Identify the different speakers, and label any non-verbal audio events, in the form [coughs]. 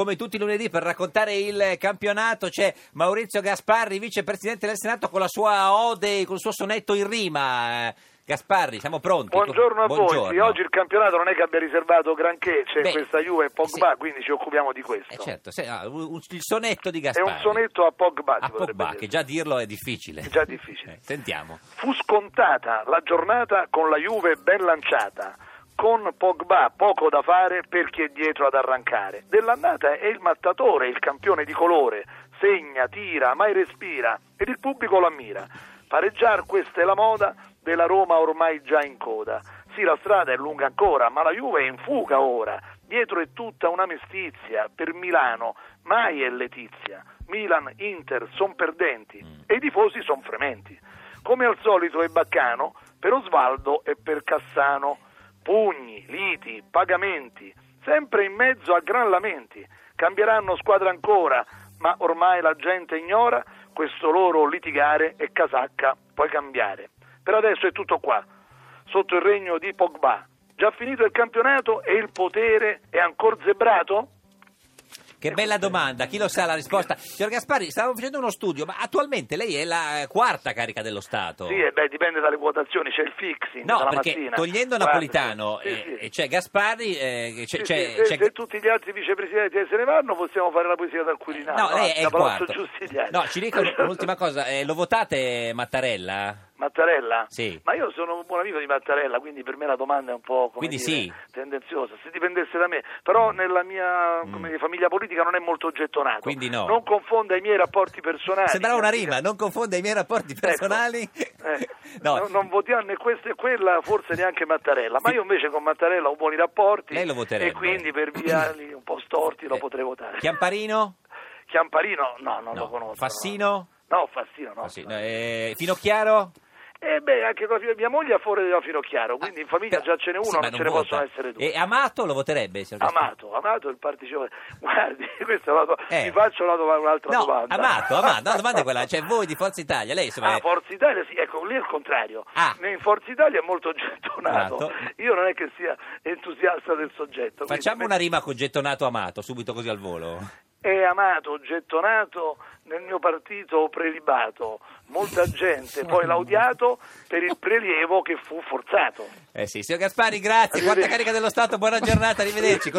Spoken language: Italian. Speaker 1: Come tutti i lunedì per raccontare il campionato c'è Maurizio Gasparri, vicepresidente del Senato, con la sua ode, con il suo sonetto in rima. Eh, Gasparri, siamo pronti?
Speaker 2: Buongiorno a
Speaker 1: Buongiorno.
Speaker 2: voi, sì, oggi il campionato non è che abbia riservato granché, c'è
Speaker 1: Beh,
Speaker 2: questa Juve e Pogba,
Speaker 1: sì.
Speaker 2: quindi ci occupiamo di questo.
Speaker 1: Eh, certo, se- ah, un- un- il sonetto di
Speaker 2: È
Speaker 1: Gasparri.
Speaker 2: un sonetto a Pogba, si
Speaker 1: a
Speaker 2: potrebbe
Speaker 1: Pogba,
Speaker 2: dire.
Speaker 1: che già dirlo è difficile.
Speaker 2: È già difficile.
Speaker 1: Eh, sentiamo.
Speaker 2: Fu scontata la giornata con la Juve ben lanciata, con Pogba poco da fare per chi è dietro ad arrancare. Dell'annata è il mattatore, il campione di colore, segna, tira, mai respira ed il pubblico lo ammira. Pareggiar questa è la moda della Roma ormai già in coda. Sì, la strada è lunga ancora, ma la Juve è in fuga ora. Dietro è tutta una mestizia per Milano, mai è letizia. Milan, Inter son perdenti e i tifosi son frementi. Come al solito è Baccano per Osvaldo e per Cassano. Pugni, liti, pagamenti, sempre in mezzo a gran lamenti. Cambieranno squadra ancora, ma ormai la gente ignora questo loro litigare e casacca puoi cambiare. Per adesso è tutto qua, sotto il regno di Pogba. Già finito il campionato e il potere è ancora zebrato?
Speaker 1: Che bella domanda, chi lo sa la risposta? Signor Gasparri, stavamo facendo uno studio, ma attualmente lei è la eh, quarta carica dello Stato.
Speaker 2: Sì, eh, beh, dipende dalle quotazioni, c'è il fixing
Speaker 1: No,
Speaker 2: dalla
Speaker 1: perché
Speaker 2: mattina.
Speaker 1: togliendo
Speaker 2: Guarda,
Speaker 1: Napolitano
Speaker 2: sì,
Speaker 1: eh,
Speaker 2: sì.
Speaker 1: eh, c'è Gasparri, eh, che c'è,
Speaker 2: Sì,
Speaker 1: c'è-
Speaker 2: sì, se,
Speaker 1: c'è-
Speaker 2: se tutti gli altri vicepresidenti se ne vanno possiamo fare la poesia dal Quirinale.
Speaker 1: No, lei è
Speaker 2: da
Speaker 1: il
Speaker 2: Palazzo
Speaker 1: quarto.
Speaker 2: Giustiniani.
Speaker 1: No, ci
Speaker 2: [laughs]
Speaker 1: dico un'ultima cosa, eh, lo votate
Speaker 2: Eh,
Speaker 1: Mattarella?
Speaker 2: Mattarella?
Speaker 1: Sì.
Speaker 2: Ma io sono un buon amico di Mattarella, quindi per me la domanda è un po' come
Speaker 1: Quindi
Speaker 2: dire,
Speaker 1: sì. Mm.
Speaker 2: tendenziosa. Se dipendesse da me, però nella mia come dire, famiglia politica non è molto gettonato.
Speaker 1: Quindi no.
Speaker 2: Non confonda i miei rapporti personali. Ecco.
Speaker 1: Sembrava una rima, non confonda i miei rapporti personali.
Speaker 2: Eh,
Speaker 1: [laughs] No,
Speaker 2: no, non votiamo né questa e quella, forse neanche Mattarella, ma io invece con Mattarella ho buoni rapporti
Speaker 1: Lei lo voterebbe.
Speaker 2: e quindi per
Speaker 1: [coughs]
Speaker 2: via lì un po' storti lo
Speaker 1: Eh,
Speaker 2: potrei votare.
Speaker 1: Chiamparino?
Speaker 2: Chiamparino? No, non
Speaker 1: No.
Speaker 2: lo conosco.
Speaker 1: Fassino?
Speaker 2: No, No, Fassino no.
Speaker 1: Ah, sì, no, eh, Finocchiaro?
Speaker 2: E beh, anche con la figlia- mia moglie ha fuori della Finocchiaro, quindi in
Speaker 1: Ah,
Speaker 2: famiglia
Speaker 1: Però-
Speaker 2: già ce n'è
Speaker 1: sì,
Speaker 2: uno,
Speaker 1: ma Eh,
Speaker 2: non ce ne
Speaker 1: vota.
Speaker 2: possono essere due.
Speaker 1: E Amato lo voterebbe? signor Gasparri?
Speaker 2: Amato, amato è il partito. [laughs] Guardi, questa è la do-
Speaker 1: Eh.
Speaker 2: vi faccio una doma- un'altra
Speaker 1: No,
Speaker 2: domanda.
Speaker 1: Amato, Amato, la domanda è quella, cioè voi di Forza Italia, lei insomma... eh,
Speaker 2: [laughs] Ah,
Speaker 1: è-
Speaker 2: Forza Italia, sì, ecco, lì è il contrario.
Speaker 1: Ah. Esatto.
Speaker 2: In Forza Italia è molto [laughs] gettonato.
Speaker 1: Amato.
Speaker 2: Io non è che sia entusiasta del soggetto. quindi
Speaker 1: Facciamo
Speaker 2: me-
Speaker 1: una rima con gettonato Amato, subito così al volo.
Speaker 2: È amato, gettonato, nel mio partito prelibato. Molta gente poi l'ha odiato per il prelievo che fu forzato.
Speaker 1: Eh sì, signor Gasparri, grazie. Quanta
Speaker 2: Arrivederci.
Speaker 1: carica dello Stato, buona giornata, arrivederci. Così-